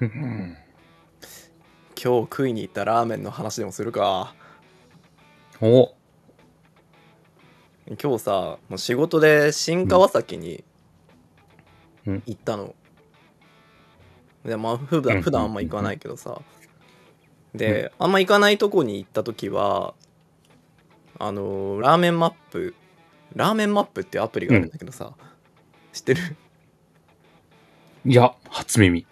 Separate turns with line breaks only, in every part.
うん
今日食いに行ったラーメンの話でもするか
お
今日さもう仕事で新川崎に
うんうん
行ったの、でまあ普段
うん
普段あんま行かないけどさ、であんま行かないとこに行った時はあのーラーメンマップラーメンマップっていうアプリがあるんだけどさ、知ってる
いや、初耳。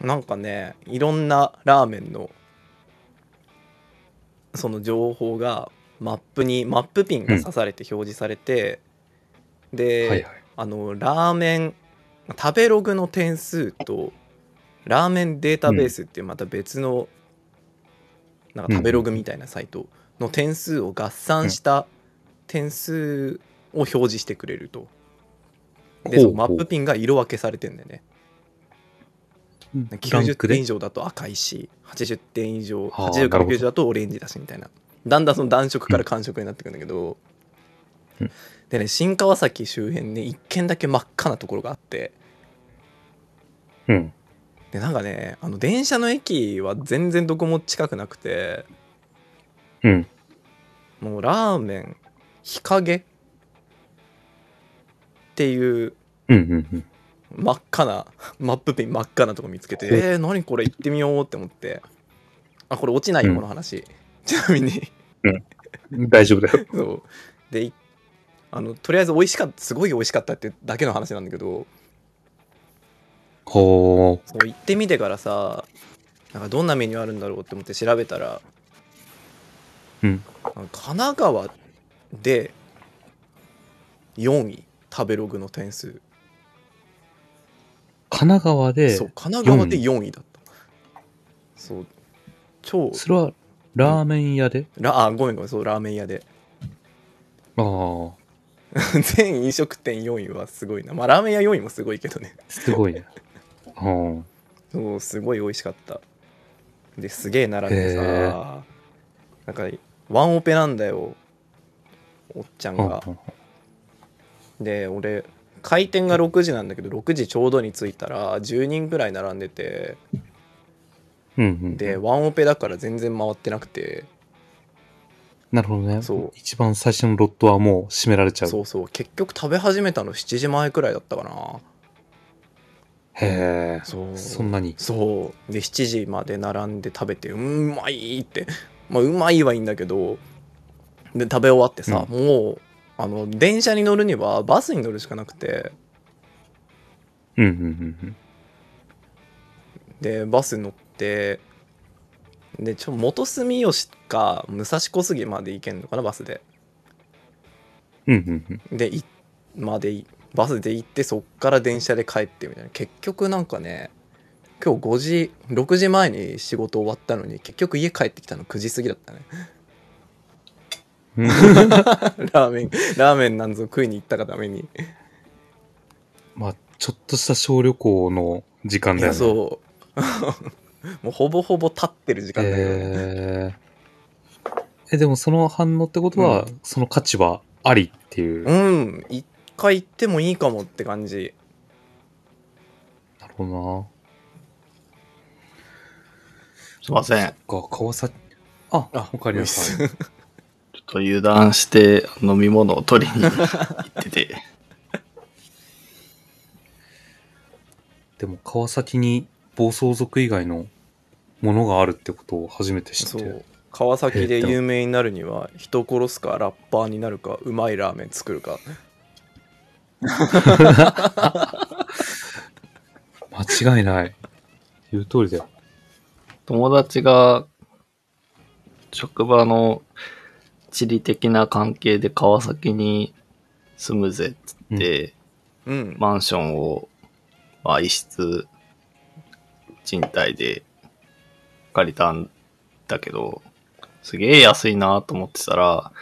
なんかねいろんなラーメンのその情報がマップにマップピンが刺されて表示されて、で、
はいはい。
あのラーメン食べログの点数とラーメンデータベースっていうまた別の、なんか食べログみたいなサイトの点数を合算した点数を表示してくれると、で
ほう
そのマップピンが色分けされてんだよね
ラン
90
ク
点以
で。
上だと赤いし80点以上
はあ
80から
なるほ
90
ど
だとオレンジだしみたいなだんだんその暖色から寒色になってくんだけど、
うん
でね新川崎周辺ね一軒だけ真っ赤なところがあって
うん。
でなんかねあの電車の駅は全然どこも近くなくて
うん。
もうラーメン日陰っていう
うんうんうん。
真っ赤な マップピン真っ赤なとこ見つけて
ほう
えー、何これ行ってみようって思ってあこれ落ちない
う
よ
ん
この話、ちなみに
大丈夫だよ。
そうでいあのとりあえず美味しかったすごい美味しかったってだけの話なんだけど
ほう。
そう行ってみてからさなんかどんなメニューあるんだろうって思って調べたら
うん。
神奈川で4位食べログの点数、
神奈川で、
そう
そ
神奈川で4位だったそう超
れはラーメン屋で、
ラあごめんごめんそうラーメン屋で
ああ、
全飲食店4位はすごいなまあラーメン屋4位もすごいけどね
すご いね。うん。
そうすごい美味しかったですげえ並んで
へ
さなんかワンオペなんだよおっちゃん
うん
がで俺開店が6時なんだけど6時ちょうどに着いたら10人ぐらい並んでて
うんうん。
でワンオペだから全然回ってなくて
なるほどね。
そう
一番最初のロットはもう閉められちゃう。
そうそう結局食べ始めたの7時前くらいだったかな
へえ。
そう
そんなに。
そうで7時まで並んで食べてうんうまいってまあうまいはいいんだけどで食べ終わってさ、もうあの電車に乗るにはバスに乗るしかなくて
うんうんうん
でバス乗ってでちょ元住吉か武蔵小杉まで行けんのかなバスで
うん。うんうんうん。
でいまでいバスで行ってそっから電車で帰ってみたいな結局なんかね今日5時6時前に仕事終わったのに結局家帰ってきたの9時過ぎだったね
うん
ラーメンラーメンなんぞ食いに行ったがために、
まあ、ちょっとした小旅行の時間だよね。う。
そうもう ほぼほぼ立ってる時間だけど、
ええ、でもその反応ってことは、
う
その価値はありっていう。
うん一回行ってもいいかもって感じ
なるほど
すいません。ち
な。か、川崎。あ、あわかりました。
た
ょっと油断して飲み物を取りに行っ てて。
でも川崎に暴走族以外のものがあるってことを初めて知
そ
って
う川崎で有名になるには人殺すかラッパーになるかうまいラーメン作るか
間違いない言う通りだよ
友達が、職場の地理的な関係で川崎に住むぜっつって、
うん、
マンションを、まあ、一室、賃貸で借りたんだけど、すげえ安いなと思ってたら、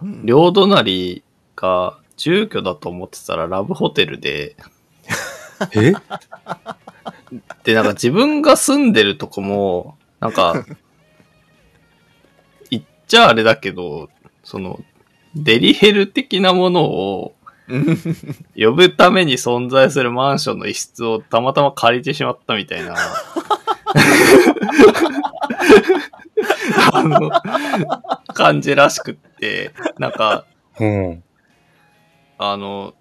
うん
両隣が住居だと思ってたらラブホテルで、
え
で、なんか自分が住んでるとこも、なんか、言っちゃあれだけど、その、デリヘル的なものを
うん
呼ぶために存在するマンションの一室をたまたま借りてしまったみたいな あの、感じらしくって、なんか、
うん。
あの、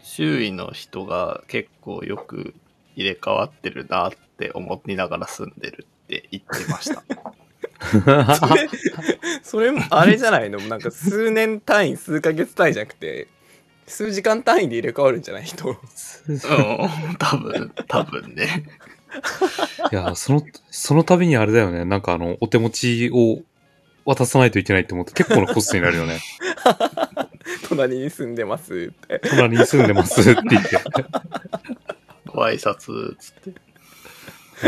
周囲の人が結構よく入れ替わってるなって思いながら住んでるって言って ました。
それ、それもあれじゃないのなんか数年単位、数ヶ月単位じゃなくて、数時間単位で入れ替わるんじゃない人。
うん、多分、多分ね。
いや、その、その度にあれだよね。なんかあの、お手持ちを渡さないといけないって思って結構なコストになるよね。
隣に住んでますって。
隣に住んでますって言って。
ご挨拶、つっ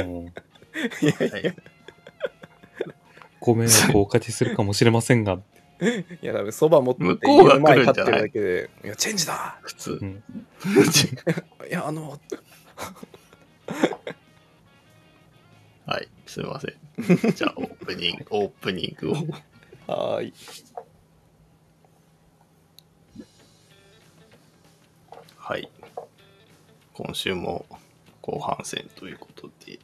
て。
うん
いやい
は
や、
い
い
ご迷惑をおかけするかもしれませんが、
や多分そば持って
向こうが来るんじゃな
家の前立って
い
るだけで、いや、チェンジだ
普通
う。ん
いや、あの、
はい、すいません。じゃあ、オープニング、オープニングを。
はーい。
はい。今週も後半戦ということで、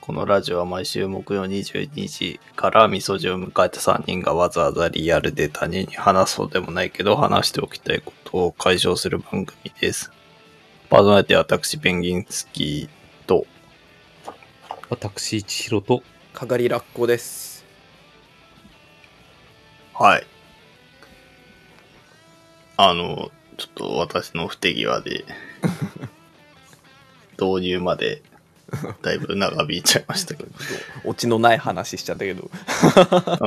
このラジオは毎週木曜22時からみそじを迎えた3人がわざわざリアルで他人に話そうでもないけど話しておきたいことを解消する番組です。パーソナリティは私、ペンギンスキーと、
私、千尋と、
かがりラッコです。
はい。あの、ちょっと私の不手際 で、導入まで、だいぶ長引いちゃいましたけど。
オチのない話しちゃったけど。
う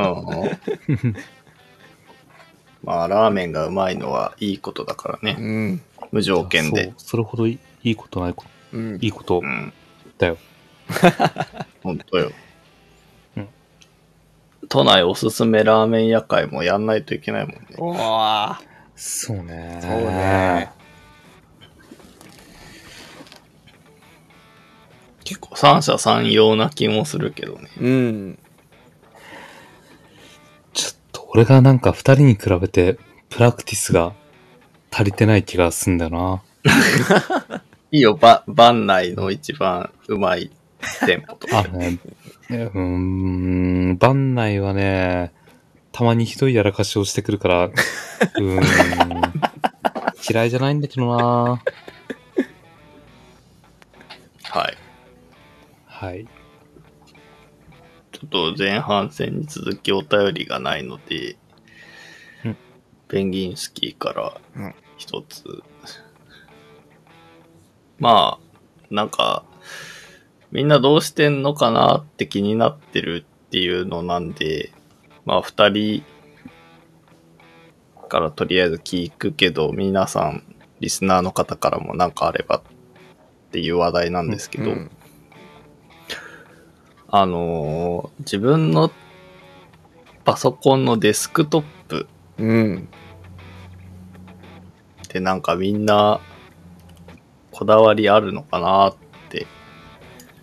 ん。 まあ、ラーメンがうまいのはいいことだから
う
ね。
ん。
無条件
そ
で
う。、それほどいいことないこ
うん
と、いいこと
うん。
だよ。
本当よ
うん。
都内おすすめラーメン屋会もやんないといけないもんね。
おー
そうね。
そうね。
結構三者三様な気もするけどね。
うん。
ちょっと俺がなんか二人に比べてプラクティスが足りてない気がすんだよな。
いいよ、ば、番内の一番うまい店舗とか。
あのね、ねうーん、番内はね、たまにひどいやらかしをしてくるから、うーん、嫌いじゃないんだけどな
はい。
はい。
ちょっと前半戦に続きお便りがないので、
うん
ペンギンスキーか
う
ら
ん
一つ、まあ、なんか、みんなどうしてんのかなって気になってるっていうのなんで、まあ二人からとりあえず聞くけど、皆さん、リスナーの方からもなんかあればっていう話題なんですけど、
うん
あのー自分のパソコンのデスクトップ
うん。
ってなんかみんなこだわりあるのかなって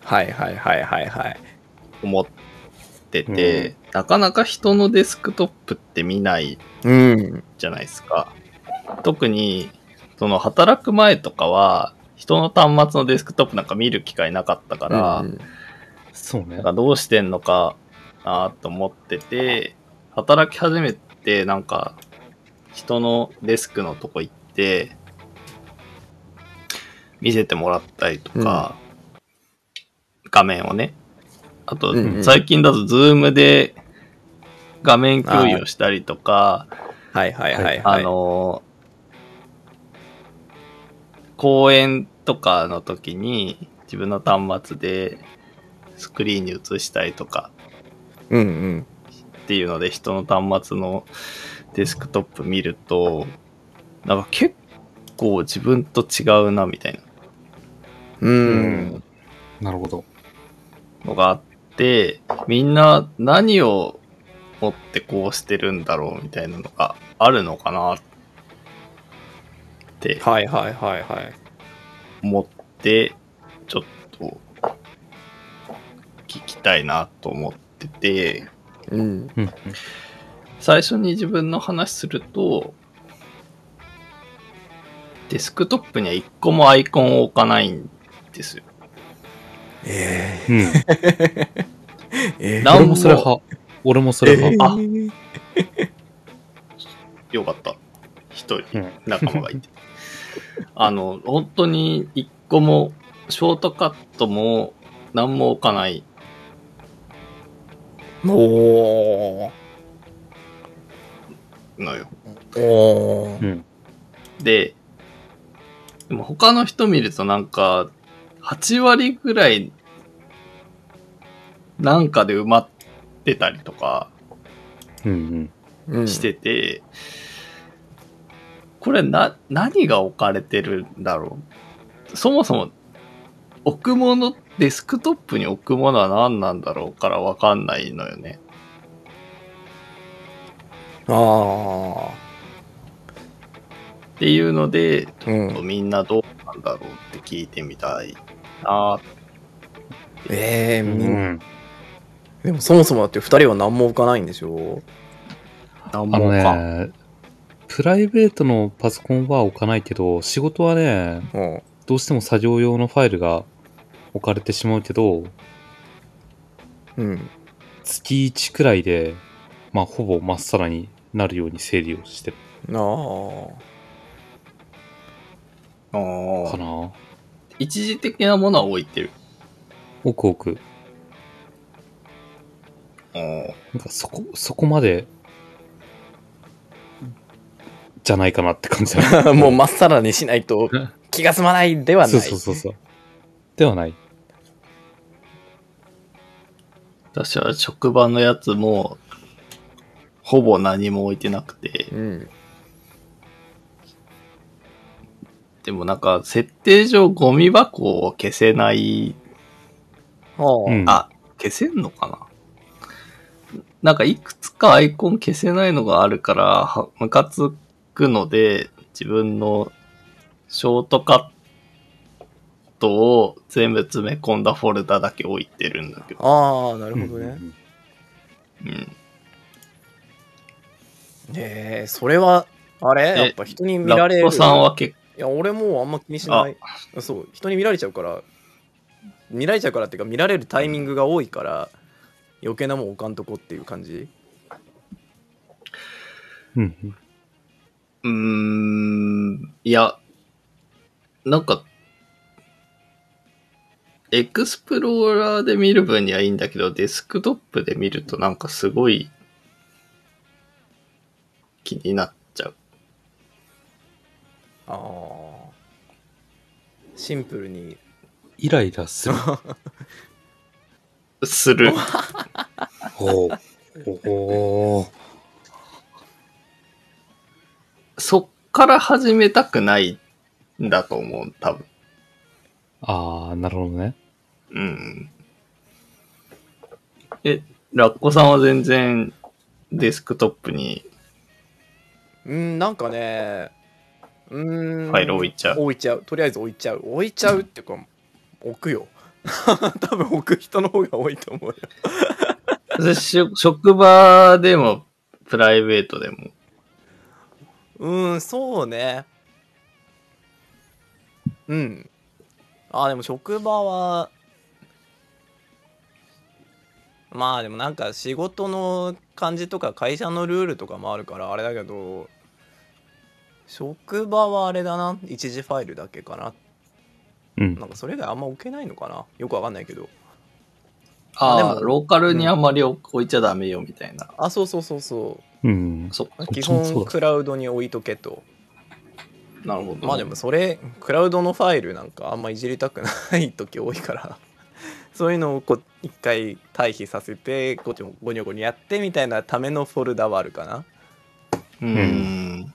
はいはいはいはいはい。
思ってて、なかなか人のデスクトップって見ない
うん。
じゃないですか。特に、その働く前とかは、人の端末のデスクトップなんか見る機会なかったから、
うん
そうね
なん。かどうしてんのかなと思ってて、働き始めて、なんか、人のデスクのとこ行って、見せてもらったりとか、画面をね。あと、
うんうん
最近だと、ズームで画面共有をしたりとか、
はいはいはい
あ
はい。
のー公演とかの時に自分の端末でスクリーンに映したりとか
うんうん。
っていうので人の端末のデスクトップ見ると、なんか結構自分と違うなみたいな
う。。
うんなるほど。
のがあって、みんな何を持ってこうしてるんだろうみたいなのがあるのかなって
はいはいはいはい。
思って、ちょっと、聞きたいなと思ってて、
うん。
うん。
最初に自分の話すると、デスクトップには一個もアイコンを置かないんですよ。
え
うん。
ー、え
なん
俺もそれ派。俺もそれ派。
あ
えー
よかった。一
う
人
ん、
仲間がいて。 あの、本当に一個も、ショートカットも何も置かない。
おー
のよ。
おー
うん。
で、でも他の人見るとなんか、8割ぐらい、なんかで埋まってたりとか
うんうん。
うん
してて、これな、何が置かれてるんだろう。そもそも、置くもの、デスクトップに置くものは何なんだろうからわかんないのよね。
あ
っていうので、
あうん
みんなどうなんだろうって聞いてみたいなー
えー、
う
みん
ん。
でもそもそもだって2人は何も置かないんでしょ
何
あ
も
の
か。
ね、プライベートのパソコンは置かないけど、仕事はね、
うん
どうしても作業用のファイルが置かれてしまうけど、
うん
月1くらいで、まあ、ほぼまっさらになるように整理をしてる
あ あ
あ
か
ー
な。
一時的なものは置いてる。
奥奥。
あー
なんかそこ、そこまで、じゃないかなって感じだね
もうまっさらにしないと気が済まないではない
そうそうそうそう。ではない。
私は職場のやつも、ほぼ何も置いてなくて、
うん
でもなんか、設定上ゴミ箱を消せない、
はあ、
うん
あ、消せんのかななんか、いくつかアイコン消せないのがあるから、はムカつくので、自分のショートカットを全部詰め込んだフォルダだけ置いてるんだけど。
ああなるほどね、
うん
うん。
えー、それはあれ
え
やっぱ人に見
ラ
られ
ッ
る
コさんは結
いや俺もうあんま気にしないそう人に見られちゃうから見られちゃうからっていうか見られるタイミングが多いから余計なもん置かんとこっていう感じ
うんうん。
うーん、いや、なんか、エクスプローラーで見る分にはいいんだけど、デスクトップで見るとなんかすごい気になっちゃう。
ああシンプルに
イライラする。
する。
おーおー
そっから始めたくないんだと思う、多分。
ああ、なるほどね。
うん。え、ラッコさんは全然デスクトップに
うんなんかねうん
ファイル置いちゃう。
置いちゃうとりあえず置いちゃう置いちゃうっていうか置くよ 多分置く人の方が多いと思うよ
私職場でも、プライベートでも。
うん、そうね。うん。あ、でも職場は、まあでもなんか仕事の感じとか会社のルールとかもあるからあれだけど、職場はあれだな。一時ファイルだけかな。
うん
な。んかそれ以外あんま置けないのかな。よくわかんないけど。
ああ、
でも
ローカルにあんまり置いちゃダメよ、みたいな。
あ、そうそうそうそ
うん。
そっか
う。基
そっちもそう
本
だ
クラウドに置いとけと。
なるほど。
まあでも、それクラウドのファイルなんかあんまいじりたくない時多いから そういうのをこう一回退避させてこうゴニョゴニョやってみたいなためのフォルダはあるかな
うーん。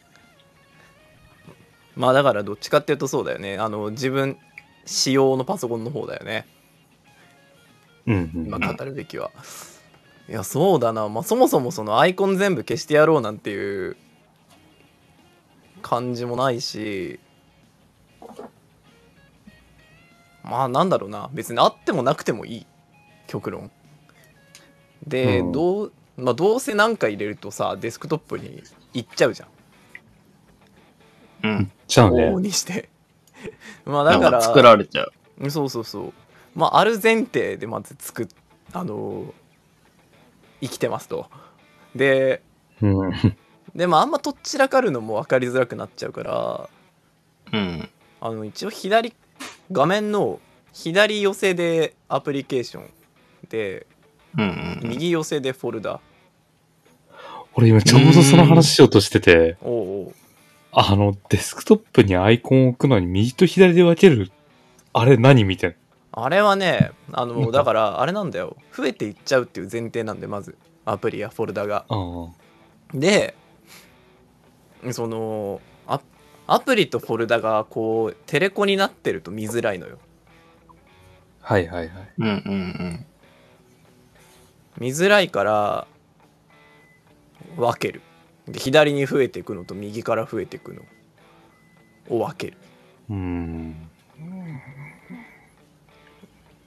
まあだからどっちかっていうとそうだよねあの自分仕様のパソコンの方だよね
うん
今
うん。
語るべきは、いやそうだな、まあ、そもそもそのアイコン全部消してやろうなんていう感じもないしまあなんだろうな別にあってもなくてもいい極論で、
うん
どうまあ、どうせ何か入れるとさデスクトップに行っちゃうじゃん
うん。
じゃあ
往
ね
々。にして まあ
だ
だ
か。
からら
作られちゃう。
うんそうそうそうまあ、ある前提でまず作っあのー生きてますとで
うん。
でもあんまとっちらかるのも分かりづらくなっちゃうから
うん。
あの一応左画面の左寄せでアプリケーションで
うんうん。
右寄せでフォルダ
俺今ちょうどその話しようとしてて、
おうおう
あの、デスクトップにアイコンを置くのに右と左で分ける、あれ何見てん
あれはねあ
なん
の
か
だからあれなんだよ増えていっちゃうっていう前提なんでまずアプリやフォルダが
あ
でそのアアプリとフォルダがこうテレコになってると見づらいのよ
あ。はいはいはい。
うんうん
見づらいから分けるで左に増えていくのと右から増えていくのを分ける
うん。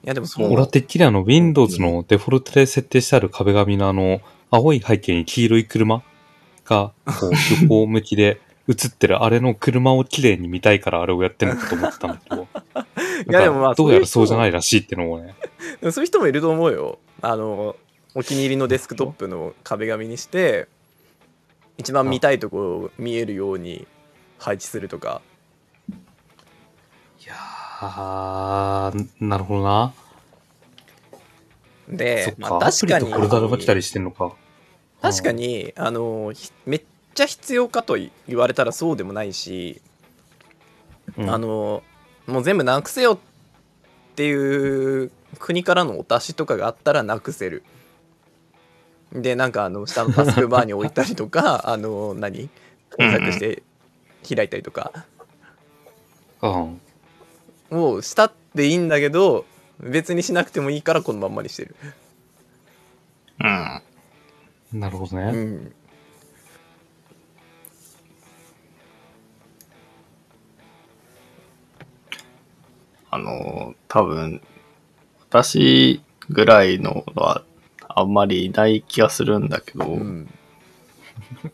いやでもそ
もう
俺はてっきりあの、Windows のデフォルトで設定してある壁紙のあの、青い背景に黄色い車が、こう、手法向きで映ってるあれの車を綺麗に見たいからあれをやってるのかと思ってたんだけ ど。
いやでもまあ
なんかどうやら
そ
そう
いう人も
うじゃないらしいってのをね。
でもそういう人もいると思うよあのお気に入りのデスクトップの壁紙にして一番見たいところを見えるように配置するとか
いやー、なるほどな。そ
で
っ、か、
まあ、確か
アプリ
に
とフォルダで分けたりしてんのか。
確かにあのひめっちゃ必要かとい言われたらそうでもないし、
うん、
あのもう全部なくせよっていう国からのお達しとかがあったらなくせるでなんかあの下のタスクバーに置いたり とかあの何検索して開いたりとか
うん。
をしたっていいんだけど別にしなくてもいいからこのまんまにしてる、
うん。うん。
なるほど
う
ね。
ん、
あの、多分、私ぐらいのはあんまりいない気がするんだけど、
うん、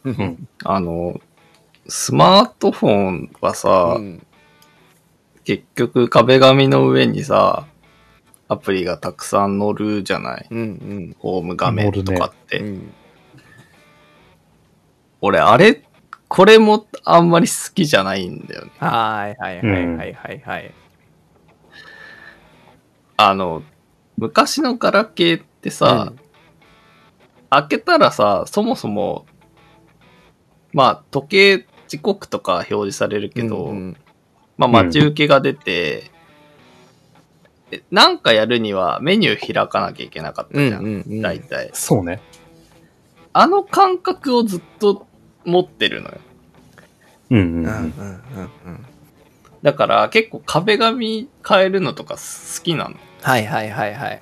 うん。
あの、スマートフォンはさ、
うん
結局壁紙の上にさ、アプリがたくさん載るじゃない
うんうん
ホーム画面とかって。
うん
俺、あれ、これもあんまり好きじゃないんだよね。
はいはいはいはいはいはい、
あの、昔のガラケーってさ、
うん
開けたらさ、そもそも、まあ、時計、時刻とか表示されるけど、
うんうん
まあ、待ち受けが出て、えなんかやるにはメニュー開かなきゃいけなかったじゃん。
うんうんうん
大体。
そうね。
あの感覚をずっと持ってるのよ。
うん、
う
うんんうん。
うんうんうん
だから、結構壁紙変えるのとか好きなの。
はいはいはいはい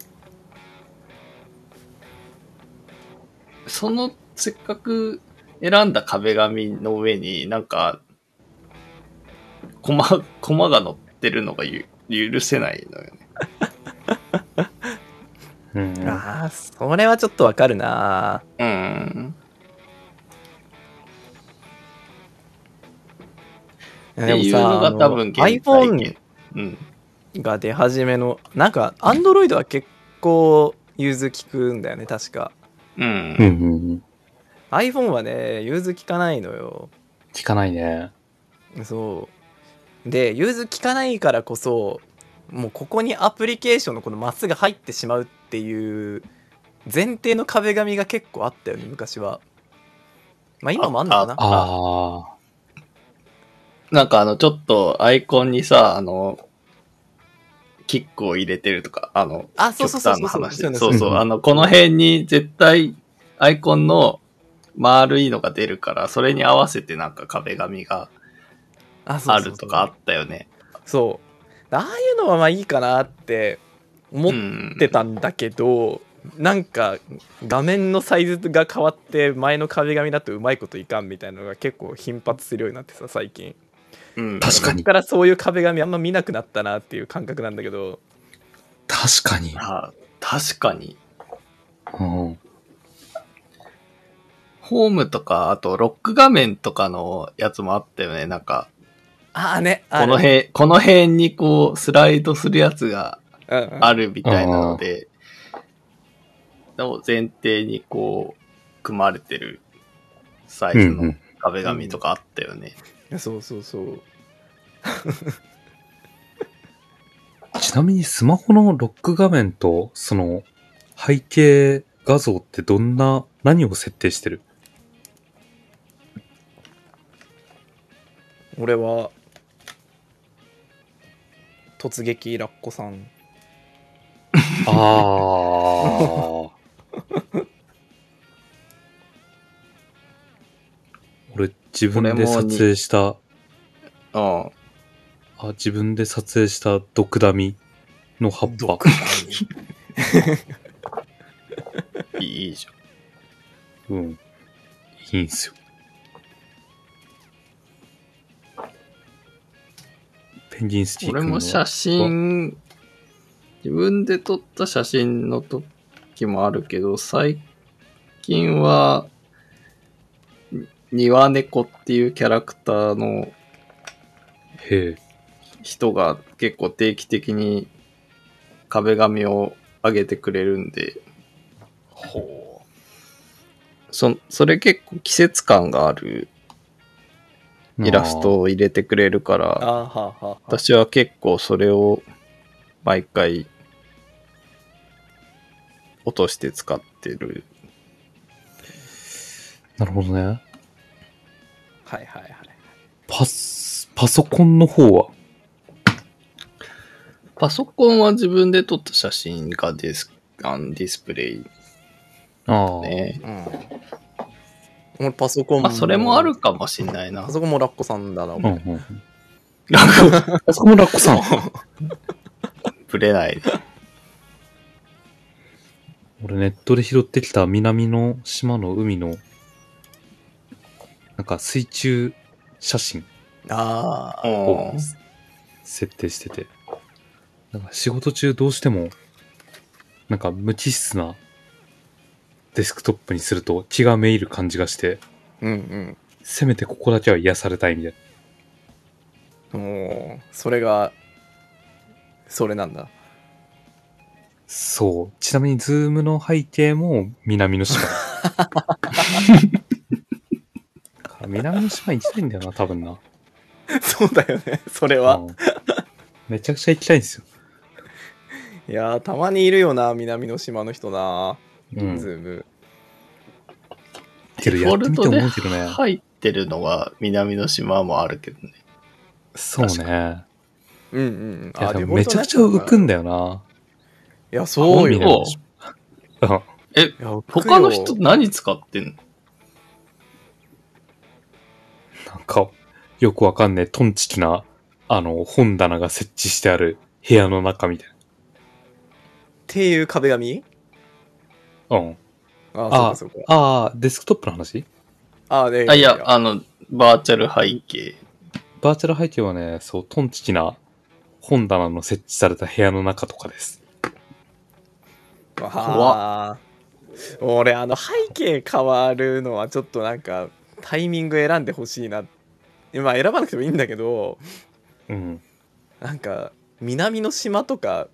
その、せっかく選んだ壁紙の上になんか、コマ、コマが乗ってるのがゆ許せないのよね。
うんうん
ああそれはちょっとわかるな
うん。って
で
いうのが多分現在
iPhone
現うん。
が出始めのなんか Android は結構融通きくんだよね確か
う。
うんんうん。
iPhone はね融通きかないのよ
聞かないね。
そうで融通きかないからこそもうここにアプリケーションのこのまっすぐ入ってしまうっていう前提の壁紙が結構あったよね昔はまあ今もあんのかな
ああ。
なんかあの、ちょっとアイコンにさ、あの、キックを入れてるとか、あの、
あそうそ
極
うそう
端
そう
な
そうそう
話
そ
で。そううそう。あの、この辺に絶対アイコンの丸いのが出るから、それに合わせてなんか壁紙が
あそう
あ
そう
るとかあったよね。
そうああいうのはまあいいかなって思っ
って
たんだけど、なんか画面のサイズが変わって前の壁紙だとうまいこといかんみたいなのが結構頻発するようになってさ最近
うん、
確かに
そっからそういう壁紙あんま見なくなったなっていう感覚なんだけど
確かに。
あ確かに。
うん。
ホームとか、あとロック画面とかのやつもあったよね。なんか、
ああねあ
この辺、この辺にこう、スライドするやつが
うん
あるみたいなので、の前提にこう、組まれてるサイズ
うんう
の
ん
壁紙とかあったよね。
いやそうそうそう
ちなみにスマホのロック画面と、その、背景画像ってどんな、何を設定してる
俺は突撃ラッコさん
ああ。 俺、自分で撮影した、
うん。
あ、自分で撮影した毒ダミの葉っぱ。
いいいいじゃん。
うん。いいんすよ。ペンギンスティック
俺
の
も写真、自分で撮った写真の時もあるけど、最近は、に庭猫っていうキャラクターの
へえ。
人が結構定期的に壁紙を上げてくれるんで、
ほ
そそれ結構季節感があるイラストを入れてくれるか
あー
ら、
はあはあはあ
私は結構それを毎回落として使ってる。
なるほどね。
はいはいはい
パス、パソコンの方は
パソコンは自分で撮った写真がディスあのディスプレイ
ああ。
ね。
うん俺パソコン
まあそれもあるかもしんないな
パ。ソコンもラッコさんだな、
うんう
俺
ん。パソコンラッコさん。
ぶれない。
俺ネットで拾ってきた南の島の海の、なんか水中写真
ああ
を
うん
設定してて、なんか仕事中どうしても、なんか無機質なデスクトップにすると気がめいる感じがして、
うん
せめてここだけは癒されたいみたいな。
うんもうそれがそれなんだ
そう。ちなみにズームの背景も南の島。南の島行きたいんだよな、多分な。
そうだよねそれは
うんめちゃくちゃ行きたいんですよ。
いやーたまにいるよな南の島の人な、
うん
ズーム
けど
デ
や
フォ
って
ル
みて
トで
思うけどね。
入ってるのが南の島もあるけどね。
そう
確
ね。
うんうんうん
いやで
デフ
も
ォル
め
ト
ちゃ
のや
く
つ
ちゃ浮くん
い
だよな。
やそう
南
よ
の島うん
え、
いや浮くよ
他の人何使ってんの
なんか、よくわかんねえ、トンチキな、あの、本棚が設置してある部屋の中みたい
っていう壁紙
な。うん。
あ
あ
あ、そうかそうか。
ああ、デスクトップの話
ああ、ね
あ、いや、あの、バーチャル背景。
バーチャル背景はね、そう、トンチキな本棚の設置された部屋の中とかです。
わあ俺、あの、背景変わるのはちょっとなんか、タイミング選んでほしいな。まあ、選ばなくてもいいんだけど、
うん。
なんか、南の島とか、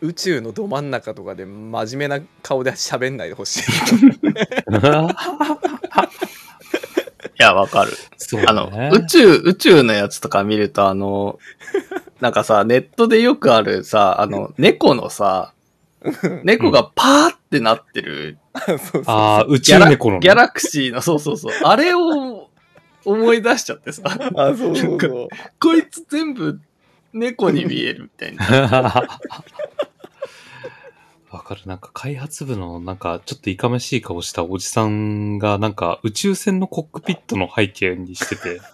宇宙のど真ん中とかで真面目な顔で喋んないでほしい。
いや、わかる。
そうだ
あの、
ね。
宇宙、宇宙のやつとか見ると、あ の、なんかさ、ネットでよくあるさ、あの、猫のさ、猫がパーってなってる、
そう そう
ああ、宇
ギャ
宙
ラ
猫のね
ギャラクシーの、そうそうそう、あれを思い出しちゃってさ、
あそうそうそう。
こいつ全部猫に見えるみたいな。
わかる。なんか開発部のなんかちょっといかめしい顔したおじさんがなんか宇宙船のコックピットの背景にしてて。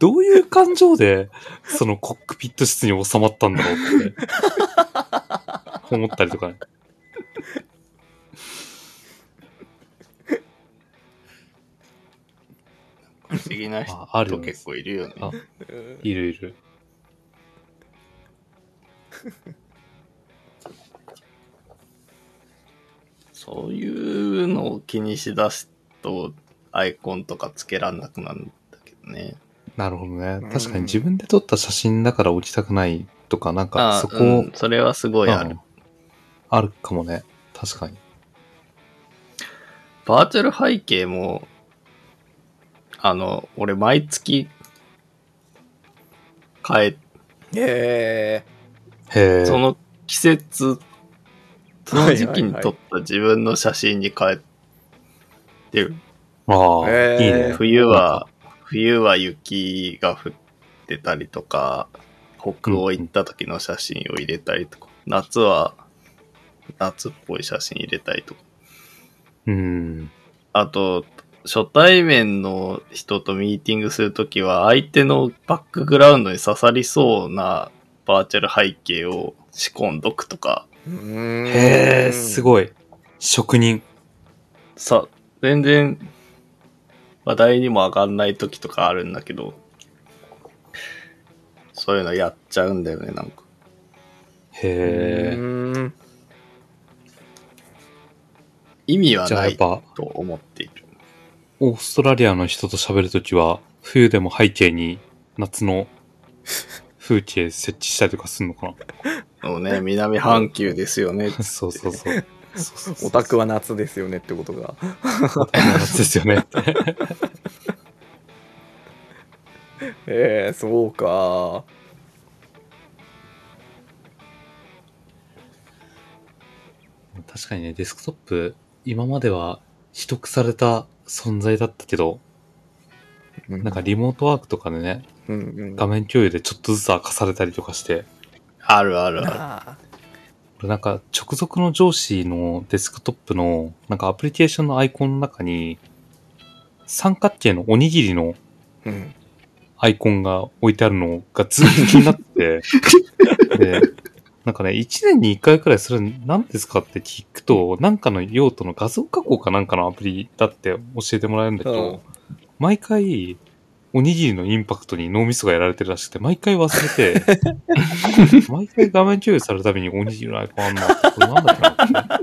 どういう感情でそのコックピット室に収まったんだろうって思ったりとかね。
不思議な 人
ああるよね
結構いるよね。
あ
うん
いるいる。
そういうのを気にしだすと、アイコンとかつけらんなくなるんだけどね。
なるほどね
うん。
確かに自分で撮った写真だから置きたくないとか、なんか
あ
そこ、
うん、それはすごいある。
うんあるかもね。確かに。
バーチャル背景も、あの、俺毎月、変
え
え、
へえ。
その季節、その時期に撮った自分の写真に変えてる。
ああ、
えー
いいね。
冬は、冬は雪が降ってたりとか、北欧行った時の写真を入れたりとか、夏は夏っぽい写真入れたりとか。
うん。
あと、初対面の人とミーティングするときは、相手のバックグラウンドに刺さりそうなバーチャル背景を仕込んどくとか、
ー、
へえ、す
い。
ごい。職人。
さ、全然話題にも上がんないときとかあるんだけど、そういうのやっちゃうんだよね、なんか。
へえ。
ー、
意味は
じゃあ
な
やっ
い
ぱ、
と思っている。
オーストラリアの人と喋るときは、冬でも背景に夏の風景設置したりとかするのか
そうね、南半球ですよ ね。
な そうそうそう。そうそうそう
オタクは夏ですよねってことが。
夏ですよね。
ええそうか。
確かにね、デスクトップ、今までは取得された存在だったけど、
うん
なんかリモートワークとかでね、
うんうん。
画面共有でちょっとずつ明かされたりとかして、
あるあるある。
あ
俺なんか直属の上司のデスクトップのなんかアプリケーションのアイコンの中に三角形のおにぎりの
ーうん。
アイコンが置いてあるのがずっと気になっててで、なんかね、一年に一回くらいそれ何ですかって聞くと、なんかの用途の画像加工かなんかのアプリだって教えてもらえるんだけど、毎回、おにぎりのインパクトに脳みそがやられてるらしくて、毎回忘れて、毎回画面共有されるたびにおにぎりのアイコンあんなって、これなんだっけな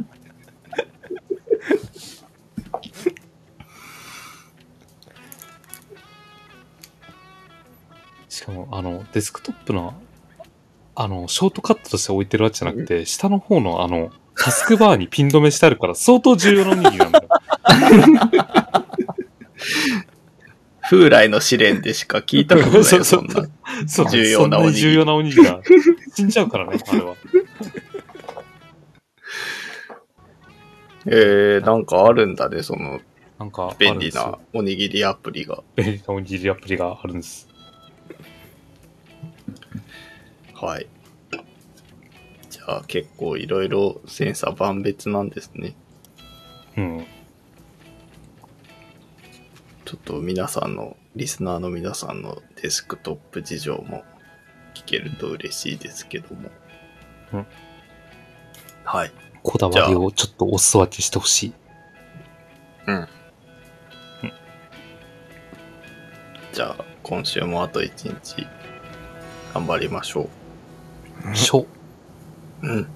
しかも、あの、デスクトップの、あの、ショートカットとして置いてるわけじゃなくて、下の方の、あの、タスクバーにピン止めしてあるから、相当重要なおにぎりなんだよ。
風来の試練でしか聞いたことな い
そう
よ、
そう
そんな。
そう
重要なおにぎり
そん重要なおにぎりが。死んじゃうからね、あれは。
えー、なんかあるんだね、その
なんかある
便
んで
利
すよ、
なおにぎりアプリが。
便利なおにぎりアプリがあるんです。
はい。じゃあ結構いろいろセンサー万別なんですね。
うん。
ちょっと皆さんの、リスナーの皆さんのデスクトップ事情も聞けると嬉しいですけども。
うん
はい。
こだわりをちょっとお裾分けしてほ しい。
うん。じゃあ今週もあと一日頑張りましょ
しょ。
う。うん。